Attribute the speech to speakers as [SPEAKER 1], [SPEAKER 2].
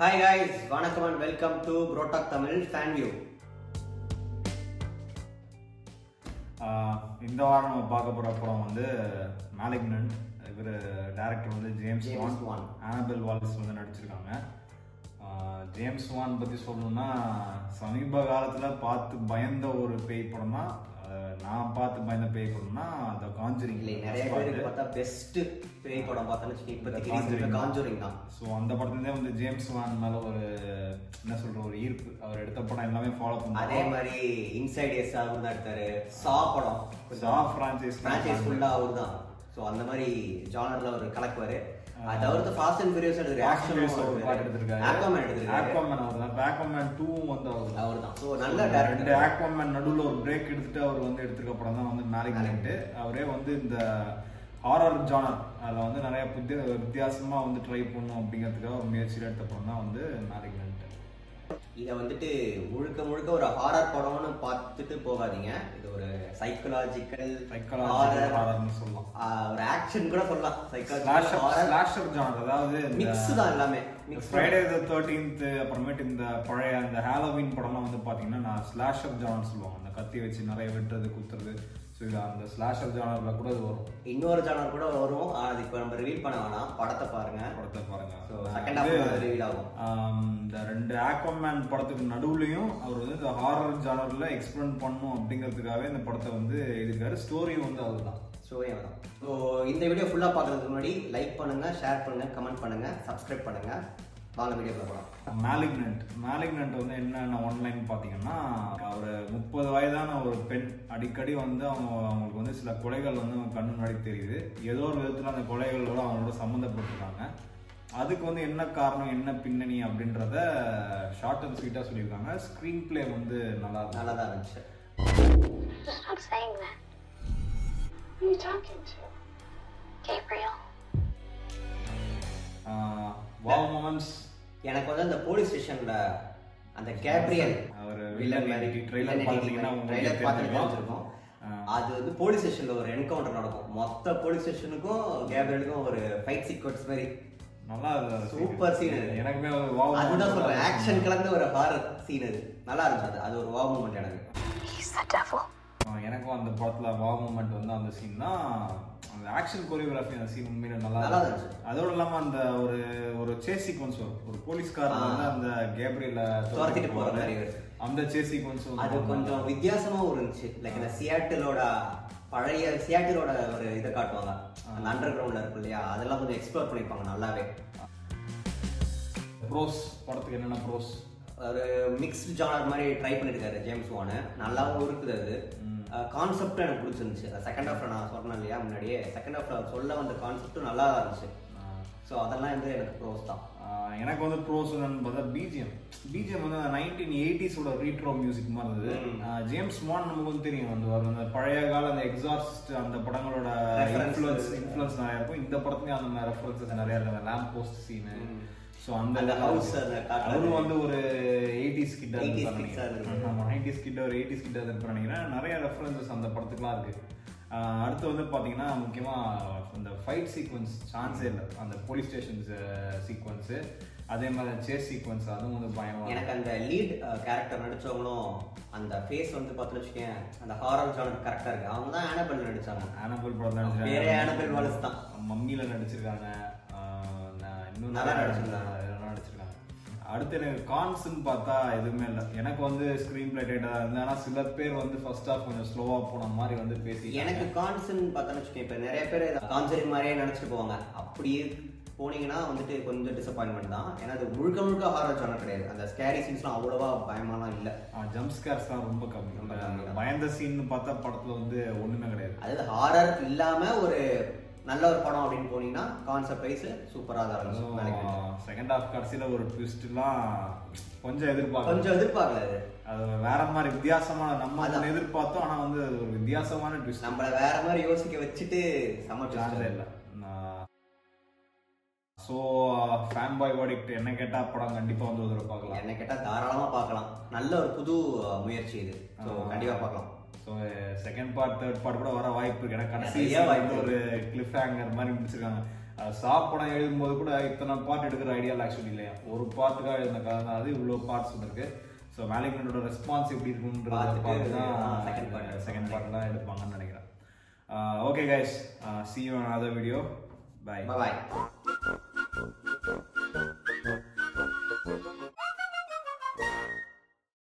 [SPEAKER 1] Hi guys வணக்கம் and welcome to புரோடாக் Tamil fan view
[SPEAKER 2] ஆஹ் இந்த வாரம் நம்ம பார்க்க போற படம் வந்து மேலிக்னன்ட் இவர் டைரக்டர் வந்து James
[SPEAKER 1] James Wan.
[SPEAKER 2] Wan Annabelle Wallis வந்து நடிச்சிருக்காங்க ஆஹ் ஜேம்ஸ் வான் பத்தி சொல்லணும்னா சமீப காலத்துல பார்த்து பயந்த ஒரு பேய் படம்னா ஆஹ் நான் பார்த்து பயந்த பேய் படம்னா த காஞ்சுரிங்
[SPEAKER 1] இல்லை நிறைய பேருக்கு
[SPEAKER 2] eh?
[SPEAKER 1] பார்த்தா பெஸ்ட் பேய் படம் பார்த்தா இப்போதைக்கு ரீசெண்டாக காஞ்சூரிங் தான்
[SPEAKER 2] ஸோ அந்த படத்துலேருந்தே வந்து ஜேம்ஸ் வான் மேல ஒரு என்ன சொல்ற ஒரு ஈர்ப்பு அவர் எடுத்த படம் எல்லாமே ஃபாலோ பண்ணுவாங்க
[SPEAKER 1] அதே மாதிரி இன்சைட் எஸ் அவர் தான் எடுத்தாரு சா படம்
[SPEAKER 2] சா franchise.
[SPEAKER 1] ஃப்ரான்ச்சைஸ் ஃபுல்லாக அவர் தான் ஸோ அந்த மாதிரி ஜானரில் அவர் கலக்குவார் அது தவிர்த்து ஃபாஸ்ட் அண்ட் ஃபியூரியஸ் எடுத்து ஆக்ஷன்
[SPEAKER 2] ஒரு பாட்டு எடுத்திருக்காரு.
[SPEAKER 1] ஆக்வாமன் எடுத்திருக்காரு
[SPEAKER 2] Aquaman அவர்தான். இப்ப Aquaman 2 வந்து அவர்தான்.
[SPEAKER 1] அவர் தான் ஸோ நல்ல
[SPEAKER 2] ரெண்டு
[SPEAKER 1] டேரக்டர்
[SPEAKER 2] Aquaman நடுவுல ஒரு break எடுத்துட்டு அவர் வந்து எடுத்திருக்க படம் தான் வந்து Malignant. அவரே வந்து இந்த horror genre, அதுல வந்து நிறைய புத்தி- வித்தியாசமா வந்து try பண்ணணும் அப்படிங்கறதுக்காக ஒரு முயற்சியில எடுத்த படம் தான் வந்து Malignant.
[SPEAKER 1] இதை வந்துட்டு முழுக்க முழுக்க ஒரு ஹாரர் படம்னு பார்த்துட்டு போகாதீங்க இது ஒரு சைக்கலாஜிக்கல்
[SPEAKER 2] Psychological horror ன்னு சொல்லலாம்.
[SPEAKER 1] ஒரு ஆக்ஷன் கூட சொல்லலாம்
[SPEAKER 2] Slasher-
[SPEAKER 1] சைக்காலஜி
[SPEAKER 2] slasher genre, அதாவது இந்த
[SPEAKER 1] மிக்ஸ் தான் எல்லாமே மிக்ஸ்
[SPEAKER 2] ஃப்ரைடே த தேர்ட்டீன்த் அப்புறமேட்டு இந்த பழைய அந்த ஹாலோவின் படம்லாம் வந்து பார்த்தீங்கன்னா நான் ஸ்லாஷர் ஜான் சொல்லுவாங்க அந்த கத்தி வச்சு நிறைய வெட்டுறது குத்துறது ஸோ இது அந்த ஸ்லாஷர் ஜானரில் கூட இது வரும்
[SPEAKER 1] இன்னொரு ஜானர் கூட வரும் ஆனா அது இப்போ நம்ம ரிவீல் பண்ண வேணாம் படத்தை பாருங்க
[SPEAKER 2] படத்தை பாருங்க
[SPEAKER 1] ஸோ செகண்ட் ஹாஃப் ரிவீல் ஆகும்
[SPEAKER 2] ஆம், இந்த ரெண்டு ஆக்வமேன் படத்துக்கு நடுவுலையும் அவர் வந்து இந்த ஹாரர் ஜானரில் எக்ஸ்பிளன் பண்ணும் அப்படிங்கிறதுக்காகவே இந்த படத்தை வந்து எழுதிருக்காரு ஸ்டோரியும் வந்து அதுதான்
[SPEAKER 1] ஸ்டோரி வரும் ஸோ இந்த வீடியோ ஃபுல்லாக பார்க்கறதுக்கு முன்னாடி லைக் பண்ணுங்க ஷேர் பண்ணுங்க கமெண்ட் பண்ணுங்க சப்ஸ்கிரைப் பண்ணுங்க வாங்க வீடியோக்குள்ள போகலாம்
[SPEAKER 2] மேலிக்னன்ட் மேலிக்னன்ட் வந்து என்னென்ன ஒன்லைன் பார்த்தீங்கன்னா அவர் முப்பது வயதான ஒரு பெண் அடிக்கடி வந்து அவங்க அவங்களுக்கு வந்து சில கொலைகள் வந்து அவங்க கண்ணு முன்னாடி தெரியுது ஏதோ ஒரு விதத்தில் அந்த கொலைகளோட அவங்களோட சம்மந்தப்பட்டிருக்காங்க அதுக்கு வந்து என்ன காரணம் என்ன பின்னணி அப்படின்றத ஷார்ட் அண்ட் ஸ்வீட்டாக சொல்லியிருக்காங்க ஸ்க்ரீன் ப்ளே வந்து நல்லா இருக்கும்
[SPEAKER 1] நல்லா தான் இருந்துச்சு
[SPEAKER 3] Stop saying that. Who are you talking to? Gabriel.
[SPEAKER 2] Wow moments
[SPEAKER 1] எனக்கு வந்து அந்த போலீஸ் ஸ்டேஷன்ல அந்த கேப்ரியல்
[SPEAKER 2] அவர் வில்லன் மாதிரி ட்ரெய்லர் பார்த்தீங்கன்னா உங்களுக்கு
[SPEAKER 1] ட்ரெய்லர் பார்த்துட்டு
[SPEAKER 2] தெரிஞ்சிருக்கும்
[SPEAKER 1] வச்சிருக்கோம் அது வந்து போலீஸ் ஸ்டேஷன்ல ஒரு என்கவுண்டர் நடக்கும் மொத்த போலீஸ் ஸ்டேஷனுக்கும் கேப்ரியலுக்கும் ஒரு ஃபைட் சீக்வன்ஸ் மாதிரி
[SPEAKER 2] நல்லா இருக்கு.
[SPEAKER 1] Super scene அது.
[SPEAKER 2] எனக்குமே wow
[SPEAKER 1] அதுதான்
[SPEAKER 2] moment
[SPEAKER 1] சொல்றேன்
[SPEAKER 2] தான்.
[SPEAKER 1] ஆக்ஷன் கலந்த ஒரு ஹாரர் சீன் அது நல்லா இருந்துச்சு அது. அது ஒரு வா மூமெண்ட் எனக்கு
[SPEAKER 3] He's the devil.
[SPEAKER 2] ஆஹ் எனக்கும் அந்த படத்துல வா மூமெண்ட் வந்து அந்த சீன் தான் அந்த ஆக்ஷன் கொரியோகிராஃபி அந்த சீன் உண்மையில நல்லா
[SPEAKER 1] நல்லா
[SPEAKER 2] இருந்துச்சு.
[SPEAKER 1] இருந்துச்சு.
[SPEAKER 2] அதோட இல்லாம அந்த ஒரு ஒரு சேஸ் சீக்வன்ஸ் வரும் ஒரு போலீஸ்காரர் வந்து அந்த கேப்ரியல
[SPEAKER 1] துரத்திட்டு போற மாதிரி வருது.
[SPEAKER 2] அந்த சேஸ் சீக்வன்ஸ்
[SPEAKER 1] அது கொஞ்சம் வித்தியாசமாவும் இருந்துச்சு லைக் இந்த சியாட்டிலோட பழைய சியாட்டிலோட ஒரு இதை காட்டுவாங்க அந்த அண்டர் கிரவுண்ட்ல இருக்கு இல்லையா அதெல்லாம் கொஞ்சம் எக்ஸ்ப்ளோர் பண்ணிருப்பாங்க நல்லாவே
[SPEAKER 2] ப்ரோஸ் படத்துக்கு என்னென்ன ப்ரோஸ்
[SPEAKER 1] ஒரு மிக்ஸ்டு ஜானர் மாதிரி ட்ரை பண்ணியிருக்காரு ஜேம்ஸ் வானு நல்லாவும் இருக்குது அது கான்செப்டும் எனக்கு பிடிச்சிருந்துச்சு செகண்ட் ஹாஃப்ல நான் சொன்னேன் இல்லையா முன்னாடியே செகண்ட் ஹாஃப்ல சொல்ல வந்த கான்செப்டும் நல்லா தான் இருந்துச்சு ஸோ அதெல்லாம் வந்து எனக்கு ப்ரோஸ் தான்
[SPEAKER 2] எனக்கு வந்து ப்ரோஸ் என்னன்னு பார்த்தா பிஜிஎம் பிஜிஎம் வந்து அந்த நைன்டீன் எயிட்டிஸோட ரீட்ரோ மியூசிக் மாதிரி இருந்தது ஆஹ் ஜேம்ஸ் மான் நமக்கு வந்து தெரியும் அந்த ஒரு அந்த பழைய கால அந்த எக்ஸாஸ்ட் அந்த படங்களோட
[SPEAKER 1] Reference.
[SPEAKER 2] இன்ஃப்ளூயன்ஸ் இன்ஃப்ளூயன்ஸ் நிறைய இருக்கும் இந்த படத்துலயும் அந்த மாதிரி ரெஃபரன்சஸ் நிறைய இருக்கு அந்த லேம்ப் போஸ்ட் சீனு ஸோ அந்த
[SPEAKER 1] அந்த
[SPEAKER 2] இதெல்லாம்
[SPEAKER 1] house
[SPEAKER 2] இருக்கு.
[SPEAKER 1] அந்த காட்டுறது.
[SPEAKER 2] அவரும் வந்து ஒரு எயிட்டிஸ் கிட்ட
[SPEAKER 1] 80s kids
[SPEAKER 2] இருப்பாரு
[SPEAKER 1] ஆ
[SPEAKER 2] நினைக்கிறேன்.
[SPEAKER 1] இருப்பாரு.
[SPEAKER 2] ஆமா நைன்டிஸ் கிட்ட ஒரு எயிட்டிஸ் கிட்ட இருப்பாரு நினைக்கிறேன் நிறைய ரெஃபரன்சஸ் அந்த படத்துக்குலாம் இருக்கு ஆஹ் அடுத்து வந்து பாத்தீங்கன்னா முக்கியமா இந்த ஃபைட் சீக்வன்ஸ் சான்ஸே இல்லை அந்த போலீஸ் ஸ்டேஷன் சீக்வன்ஸ் அதே மாதிரி சேஸ் சீக்வன்ஸ் அதுவும் வந்து பயமா
[SPEAKER 1] எனக்கு அந்த லீட் கேரக்டர் நடிச்சவங்களும் அந்த ஃபேஸ் வந்து பார்த்து வச்சுக்கேன் அந்த ஹாரர் ஜானர் கரெக்டாக இருக்கு அவங்க தான் ஆனபல் நடிச்சாங்க
[SPEAKER 2] ஆனபல் படம்
[SPEAKER 1] பேரே ஆனபல் வாலஸ் தான்
[SPEAKER 2] மம்மியில நடிச்சிருக்காங்க ஆஹ் நான் இன்னும்
[SPEAKER 1] நல்லா
[SPEAKER 2] நல்லா
[SPEAKER 1] நடிச்சிருந்தாங்க.
[SPEAKER 2] நடிச்சிருக்காங்க நல்லா நடிச்சிருக்காங்க அடுத்து எனக்கு கான்ஸ்ன்னு பார்த்தா எதுவுமே இல்லை எனக்கு வந்து ஸ்க்ரீன் பிளே டேட்டாக இருந்தது ஆனால் சில பேர் வந்து ஃபர்ஸ்ட் ஆஃப் கொஞ்சம் ஸ்லோவாக போன மாதிரி வந்து பேசி
[SPEAKER 1] எனக்கு கான்சன் பார்த்தோன்னு வச்சுக்கேன் இப்போ நிறைய பேர் இதை காஞ்சரி மாதிரியே நினச்சிட்டு போவாங்க அப்படியே போனீங்கன்னா வந்துட்டு கொஞ்சம் டிசப்பாயின்மெண்ட் தான் ஏன்னா அது முழுக்க முழுக்க ஹாரர் ஜானர் கிடையாது அந்த ஸ்கேரி சீன்ஸ்லாம் அவ்வளோவா பயமாலாம் இல்லை
[SPEAKER 2] ஜம்ப் ஸ்கேர்ஸ் தான் ரொம்ப கம்மி அந்த பயந்த சீன் பார்த்தா படத்துல வந்து ஒண்ணுமே கிடையாது
[SPEAKER 1] அதாவது ஹாரர் இல்லாமல் ஒரு நல்ல ஒரு படம் அப்படின்னு போனீங்கன்னா கான்செப்ட் வைஸ் சூப்பராக தான் இருக்கும் நாளைக்கு.
[SPEAKER 2] செகண்ட் ஹாஃப் கடைசியில ஒரு ட்விஸ்ட்லாம் கொஞ்சம் எதிர்பார்க்கல
[SPEAKER 1] கொஞ்சம் எதிர்பார்க்கல அது
[SPEAKER 2] அது வேற மாதிரி வித்தியாசமான நம்ம ஒண்ணு எதிர்பார்த்தோம் ஆனா வந்து அது ஒரு வித்தியாசமான ட்விஸ்ட்
[SPEAKER 1] நம்மள வேற மாதிரி யோசிக்க வச்சுட்டு சமைச்சு
[SPEAKER 2] சான்ஸே இல்லை ஸோ ஃபேன் பாய் வாடிக்ட் என்ன கேட்டா படம் கண்டிப்பா வந்து ஒரு தடவை பார்க்கலாம்
[SPEAKER 1] என்ன கேட்டா தாராளமா பார்க்கலாம் நல்ல ஒரு புது அஹ், முயற்சி இது ஸோ கண்டிப்பா பார்க்கலாம்
[SPEAKER 2] so second part third part கூட வர வாய்ப்பு இருக்கு ஏன்னா கடைசி
[SPEAKER 1] நிறைய வாய்ப்பு
[SPEAKER 2] ஒரு கிளிஃப் ஹேங்கர் மாதிரி முடிச்சிருக்காங்க சாப்படம் எழுதும்போது கூட இத்தனை பார்ட் எடுக்கிற ஐடியாவில் ஆக்சுவலி இல்லையா ஒரு பார்ட்டுக்காக எழுதின கதை தான் அது இவ்வளோ பார்ட்ஸ் இருக்கு ஸோ மேனேஜ்மெண்ட்டோட ரெஸ்பான்ஸ் எப்படி இருக்குன்றத
[SPEAKER 1] பார்த்துட்டு,
[SPEAKER 2] பார்த்து
[SPEAKER 1] ஆ,
[SPEAKER 2] தான் eh,
[SPEAKER 1] second part.
[SPEAKER 2] Second part தான் எடுப்பாங்கன்னு நினைக்கிறேன் okay guys see you other video bye
[SPEAKER 1] bye